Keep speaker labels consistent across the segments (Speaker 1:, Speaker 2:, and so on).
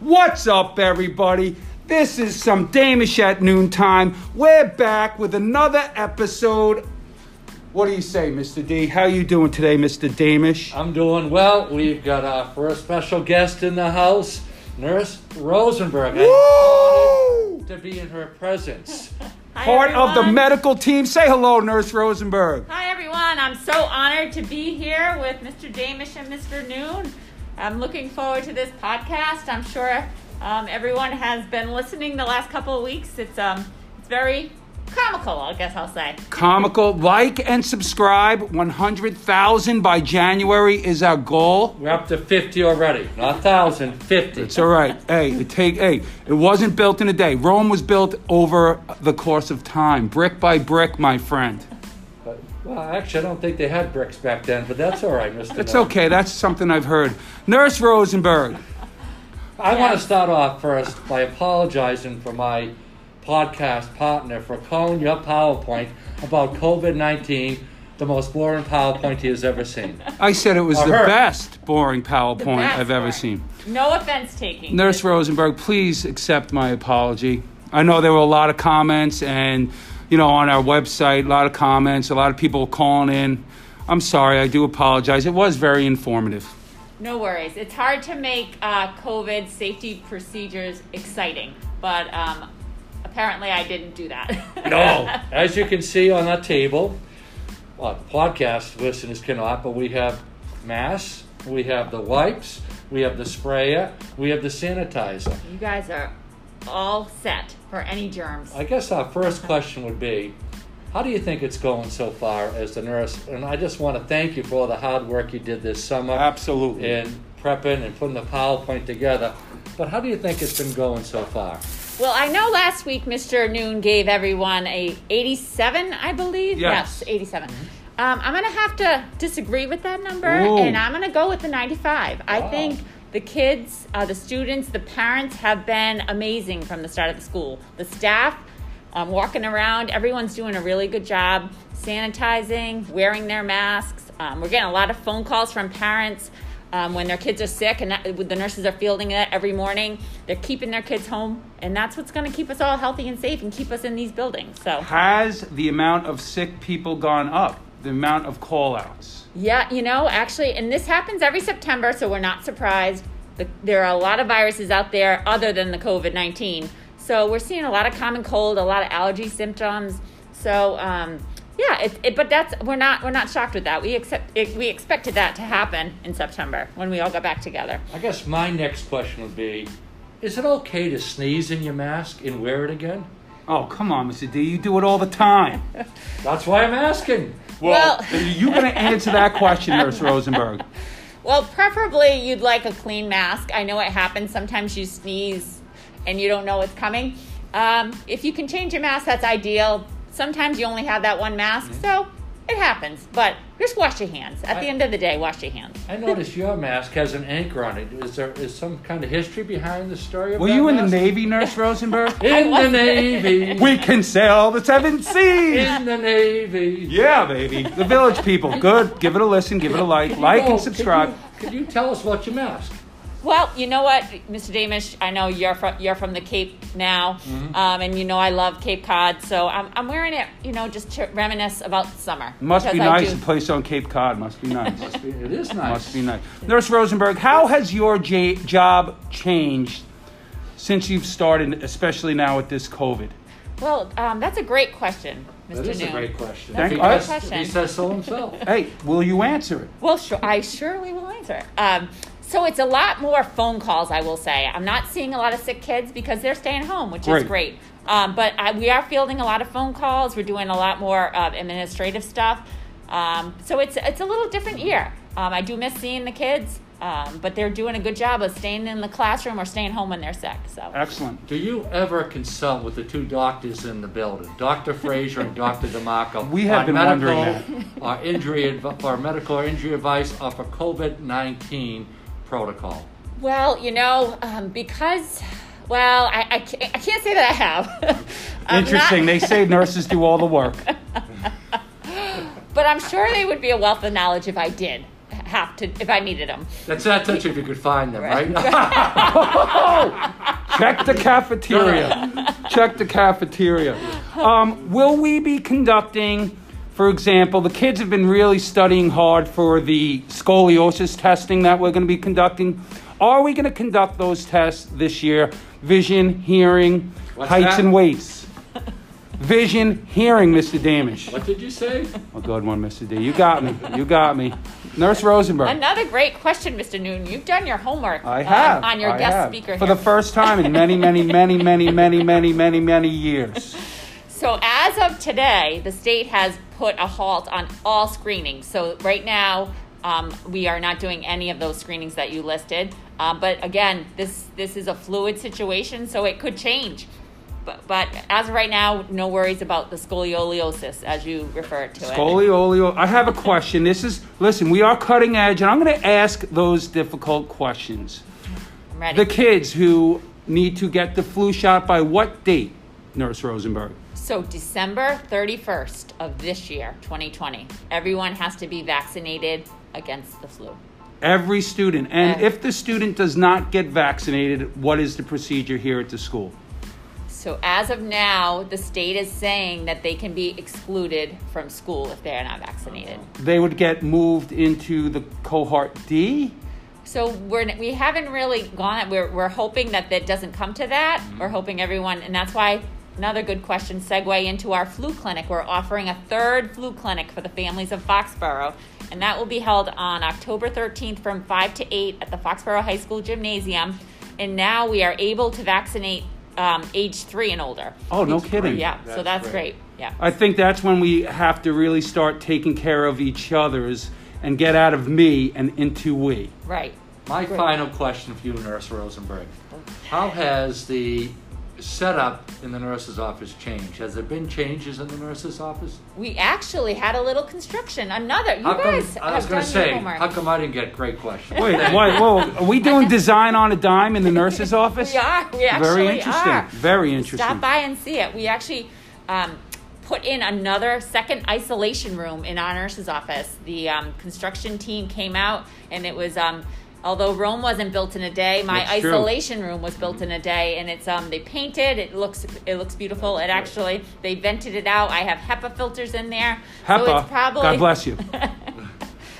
Speaker 1: What's up, everybody? This is some Damish at noontime. We're back with another episode. What do you say, Mr. D? How you doing today, Mr. Damish?
Speaker 2: I'm doing well. We've got our first special guest in the house, Nurse Rosenberg. I'm
Speaker 1: Woo!
Speaker 2: to be in her presence.
Speaker 3: Hi,
Speaker 1: Part of the
Speaker 3: everyone.
Speaker 1: medical team. Say hello, Nurse Rosenberg.
Speaker 3: Hi everyone, I'm so honored to be here with Mr. Damish and Mr. Noon. I'm looking forward to this podcast. I'm sure um, everyone has been listening the last couple of weeks. It's um, it's very comical, I guess I'll say.
Speaker 1: Comical. Like and subscribe. 100,000 by January is our goal.
Speaker 2: We're up to 50 already, not 1,000, 50.
Speaker 1: It's all right. Hey, it take hey, it wasn't built in a day. Rome was built over the course of time, brick by brick, my friend.
Speaker 2: But- well, actually, I don't think they had bricks back then, but that's all right, Mr.
Speaker 1: It's
Speaker 2: Nunn.
Speaker 1: okay. That's something I've heard. Nurse Rosenberg.
Speaker 2: I want to
Speaker 3: Yes.
Speaker 2: start off first by apologizing for my podcast partner for calling your PowerPoint about COVID 19 the most boring PowerPoint he has ever seen.
Speaker 1: I said it was
Speaker 2: Or
Speaker 1: the
Speaker 2: her.
Speaker 1: best boring PowerPoint
Speaker 3: The best
Speaker 1: I've ever
Speaker 3: part.
Speaker 1: seen.
Speaker 3: No offense taking.
Speaker 1: Nurse Rosenberg, please accept my apology. I know there were a lot of comments and you know on our website, a lot of comments, a lot of people calling in. I'm sorry. I do apologize. It was very informative.
Speaker 3: No worries. It's hard to make uh, COVID safety procedures exciting, but um, apparently I didn't do that.
Speaker 2: No. As you can see on our table, well, podcast listeners cannot, but we have masks, we have the wipes, we have the sprayer, we have the sanitizer.
Speaker 3: you guys are all set for any germs.
Speaker 2: I guess our first question would be how do you think it's going so far as the nurse? And I just want to thank you for all the hard work you did this summer
Speaker 1: Absolutely.
Speaker 2: in prepping and putting the PowerPoint together. But how do you think it's been going so far?
Speaker 3: Well, I know last week Mr. Noon gave everyone a 87, I believe.
Speaker 1: Yes. Mm-hmm.
Speaker 3: 87. Um, I'm going to have to disagree with that number,
Speaker 1: Ooh.
Speaker 3: and I'm going to go with the 95.
Speaker 2: Wow.
Speaker 3: I think the kids, uh, the students, the parents have been amazing from the start of the school. The staff, um, walking around, everyone's doing a really good job sanitizing, wearing their masks. Um, we're getting a lot of phone calls from parents um, when their kids are sick, and that, the nurses are fielding that every morning. They're keeping their kids home, and that's what's going to keep us all healthy and safe and keep us in these buildings. So,
Speaker 1: Has the amount of sick people gone up? The amount of call outs?
Speaker 3: yeah, you know, actually, and this happens every September, so we're not surprised. The, there are a lot of viruses out there other than the COVID 19. So, we're seeing a lot of common cold, a lot of allergy symptoms. So, um, yeah, it, it, but that's we're not we're not shocked with that. We accept it, we expected that to happen in September when we all got back together.
Speaker 2: I guess my next question would be is it okay to sneeze in your mask and wear it again?
Speaker 1: Oh, come on, Mr. D. You do it all the time.
Speaker 2: That's why I'm asking.
Speaker 3: Well-
Speaker 1: you're going to answer that question, Nurse Rosenberg.
Speaker 3: Well, preferably you'd like a clean mask. I know it happens. Sometimes you sneeze and you don't know it's coming. Um, if you can change your mask, that's ideal. Sometimes you only have that one mask,
Speaker 2: Mm-hmm.
Speaker 3: so it happens. But just wash your hands. At
Speaker 2: I-
Speaker 3: the end of the day, wash your hands.
Speaker 2: I noticed your mask has an anchor on it. Is there is some kind of history behind the story? Of
Speaker 1: Were
Speaker 2: that
Speaker 1: you in the
Speaker 2: mask?
Speaker 1: Navy, Nurse Rosenberg?
Speaker 2: In the Navy.
Speaker 1: we can sail the seven seas.
Speaker 2: in the Navy.
Speaker 1: Yeah, baby. The village people. Good. Give it a listen. Give it a like. Like
Speaker 2: Oh,
Speaker 1: and subscribe.
Speaker 2: Could you, could you tell us what your mask?
Speaker 3: Well, you know what, Mr. Damish, I know you're from, you're from the Cape now,
Speaker 2: Mm-hmm.
Speaker 3: um, and you know I love Cape Cod, so I'm, I'm wearing it, you know, just to reminisce about summer.
Speaker 1: Must be
Speaker 3: because I
Speaker 1: nice.
Speaker 3: do-
Speaker 1: A place on Cape Cod must be nice.
Speaker 2: It is
Speaker 1: Must
Speaker 2: nice.
Speaker 1: be nice. Nurse Rosenberg, how has your j- job changed since you've started, especially now with this COVID?
Speaker 3: Well, um, that's a great question, Mr.
Speaker 2: That is a
Speaker 3: Noon.
Speaker 2: great question.
Speaker 1: Thank-
Speaker 2: He
Speaker 1: all right.
Speaker 2: says- He
Speaker 3: Question.
Speaker 2: says so himself.
Speaker 1: Hey, will you answer it?
Speaker 3: Well, sure, I surely will answer. it. Um, so it's a lot more phone calls, I will say. I'm not seeing a lot of sick kids because they're staying home, which
Speaker 1: Great.
Speaker 3: is great. Um, but I, we are fielding a lot of phone calls. We're doing a lot more uh, administrative stuff. Um, so it's it's a little different year. Um, I do miss seeing the kids, um, but they're doing a good job of staying in the classroom or staying home when they're sick. So
Speaker 1: Excellent.
Speaker 2: Do you ever consult with the two doctors in the building, Dr. Frazier and Dr. DeMarco?
Speaker 1: We have
Speaker 2: on
Speaker 1: been
Speaker 2: medical,
Speaker 1: wondering
Speaker 2: Or injury, adv- or medical or injury advice or for COVID-19 protocol?
Speaker 3: well, you know, um, because well, I I can't, I can't say that I have. I'm not-
Speaker 1: Interesting. They say nurses do all the work.
Speaker 3: But I'm sure they would be a wealth of knowledge if I did h- have to if I needed them.
Speaker 2: That's not touch if you could find them, right?
Speaker 1: Check the cafeteria. Check the cafeteria. Um, will we be conducting, for example, the kids have been really studying hard for the scoliosis testing that we're going to be conducting. Are we going to conduct those tests this year? Vision, hearing,
Speaker 2: What's
Speaker 1: heights,
Speaker 2: that?
Speaker 1: and weights. Vision, hearing, Mr. Damish.
Speaker 2: what did you say?
Speaker 1: A good one, Mr. D. You got me. You got me. Nurse Rosenberg.
Speaker 3: Another great question, Mr. Newton. You've done your homework
Speaker 1: I
Speaker 3: on-
Speaker 1: have.
Speaker 3: on, your
Speaker 1: I
Speaker 3: guest
Speaker 1: have.
Speaker 3: speaker
Speaker 1: For
Speaker 3: here.
Speaker 1: the first time in many, many, many, many, many, many, many, many years.
Speaker 3: So as of today, the state has put a halt on all screenings. So right now, um, we are not doing any of those screenings that you listed. Um, but again, this this is a fluid situation, so it could change. But but as of right now, no worries about the scoliosis as you refer to it.
Speaker 1: Scoliosis. I have a question. This is listen. We are cutting edge, and I'm going to ask those difficult questions.
Speaker 3: I'm ready.
Speaker 1: The kids who need to get the flu shot by what date, Nurse Rosenberg?
Speaker 3: So December 31st of this year, 2020, everyone has to be vaccinated against the flu.
Speaker 1: Every student. And
Speaker 3: Uh,
Speaker 1: if the student does not get vaccinated, what is the procedure here at the school?
Speaker 3: So as of now, the state is saying that they can be excluded from school if they are not vaccinated.
Speaker 1: They would get moved into the cohort D.
Speaker 3: So we're we haven't really gone. We're we're hoping that that doesn't come to that. We're hoping everyone, and that's why another good question segue into our flu clinic. We're offering a third flu clinic for the families of Foxborough, and that will be held on October 13th from 5 to 8 at the Foxborough High School gymnasium. And now we are able to vaccinate um, age three and older.
Speaker 1: Oh, no kidding.
Speaker 3: Yeah, so
Speaker 2: That's
Speaker 3: that's
Speaker 2: great.
Speaker 3: great. Yeah.
Speaker 1: I think that's when we have to really start taking care of each other's and get out of me and into we.
Speaker 3: Right.
Speaker 2: My final question for you, Nurse Rosenberg. How has the setup in the nurse's office changed? Has there been changes in the nurse's office?
Speaker 3: We actually had a little construction. Another. You
Speaker 2: How come,
Speaker 3: guys
Speaker 2: I was
Speaker 3: have
Speaker 2: gonna
Speaker 3: done
Speaker 2: say,
Speaker 3: your homework.
Speaker 2: how come I didn't get great questions?
Speaker 1: Wait, wait, whoa, are we doing design on a dime in the nurse's office?
Speaker 3: we are. We actually
Speaker 1: Very interesting.
Speaker 3: are.
Speaker 1: Very interesting.
Speaker 3: Stop by and see it. We actually um, put in another second isolation room in our nurse's office. The um, construction team came out, and it was. Um, although Rome wasn't built in a day, my
Speaker 1: That's true.
Speaker 3: isolation room was built in a day, and it's um, they painted. It looks it looks beautiful. It actually they vented it out. I have HEPA filters in there.
Speaker 1: Hepa,
Speaker 3: so it's probably
Speaker 1: God bless you.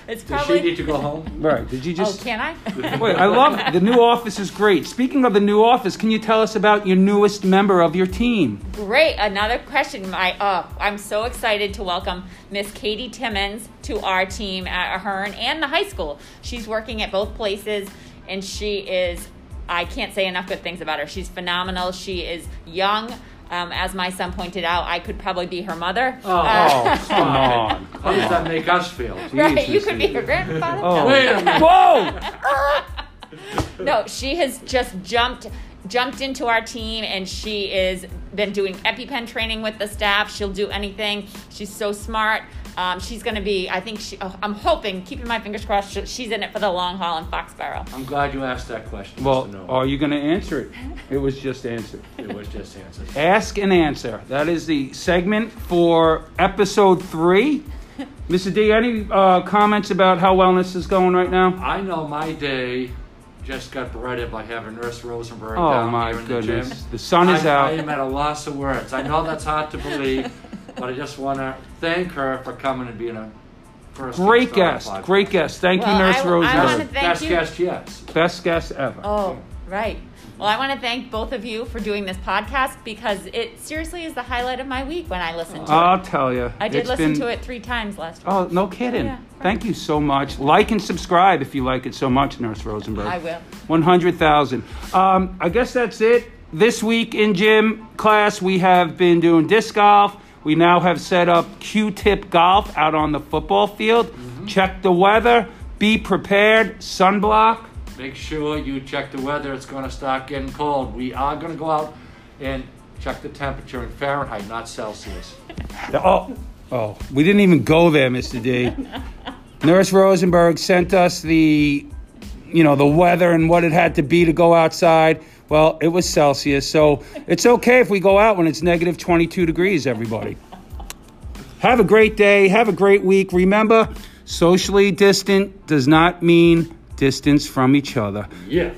Speaker 3: It's
Speaker 2: Does she
Speaker 3: probably.
Speaker 2: need to go home?
Speaker 1: Right. Did you
Speaker 3: Oh,
Speaker 1: just?
Speaker 3: can I?
Speaker 1: wait, I love the new office is great. Speaking of the new office, can you tell us about your newest member of your team?
Speaker 3: Great. Another question. My, uh, I'm so excited to welcome Miss Katie Timmons to our team at Ahern and the high school. She's working at both places, and she is. I can't say enough good things about her. She's phenomenal. She is young. Um, as my son pointed out, I could probably be her mother. Uh,
Speaker 2: Oh.
Speaker 1: Oh, come on.
Speaker 2: How does that make us feel?
Speaker 3: right? You
Speaker 1: Jesus.
Speaker 3: could be her grandfather.
Speaker 1: Oh.
Speaker 2: Wait a minute.
Speaker 1: Whoa!
Speaker 3: No, she has just jumped jumped into our team and she is been doing EpiPen training with the staff. She'll do anything. She's so smart. Um, she's going to be, I think, she, oh, I'm hoping, keeping my fingers crossed, she- she's in it for the long haul in Foxborough.
Speaker 2: I'm glad you asked that question.
Speaker 1: Well,
Speaker 2: Mr. Noel.
Speaker 1: are you going to answer it? It was just answered.
Speaker 2: it was just answered.
Speaker 1: Ask and answer. That is the segment for episode three. Mr. D, any uh, comments about how wellness is going right now?
Speaker 2: I know my day just got breaded by having Nurse Rosenberg
Speaker 1: Oh,
Speaker 2: down
Speaker 1: my
Speaker 2: here in the
Speaker 1: goodness.
Speaker 2: gym.
Speaker 1: The sun is
Speaker 2: I,
Speaker 1: out.
Speaker 2: I am at a loss of words. I know that's hard to believe, but I just want to thank her for coming and being a first
Speaker 1: Great
Speaker 2: guest on our
Speaker 1: guest.
Speaker 2: podcast.
Speaker 1: Great guest. Thank
Speaker 3: Well,
Speaker 1: you, Nurse
Speaker 3: I- I
Speaker 1: Rosenberg.
Speaker 3: wanna thank
Speaker 2: Best
Speaker 3: you.
Speaker 2: guest yes.
Speaker 1: Best guest ever.
Speaker 3: Oh, right. Well, I want to thank both of you for doing this podcast because it seriously is the highlight of my week when I listen to it.
Speaker 1: I'll tell you.
Speaker 3: I did listen to it three times last week.
Speaker 1: Uh, Oh, no kidding.
Speaker 3: Yeah.
Speaker 1: Thank you so much. Like and subscribe if you like it so much, Nurse Rosenberg.
Speaker 3: I will.
Speaker 1: 100,000. Um, I guess that's it. This week in gym class, we have been doing disc golf. We now have set up Q tip golf out on the football field.
Speaker 2: Mm-hmm.
Speaker 1: Check the weather. Be prepared. Sunblock.
Speaker 2: Make sure you check the weather. It's going to start getting cold. We are going to go out and check the temperature in Fahrenheit, not Celsius.
Speaker 1: Oh, oh, we didn't even go there, Mr. D. Nurse Rosenberg sent us the, you know, the weather and what it had to be to go outside. Well, it was Celsius, so it's okay if we go out when it's negative 22 degrees, everybody. Have a great day. Have a great week. Remember, Socially distant does not mean distance from each other.
Speaker 2: Yeah.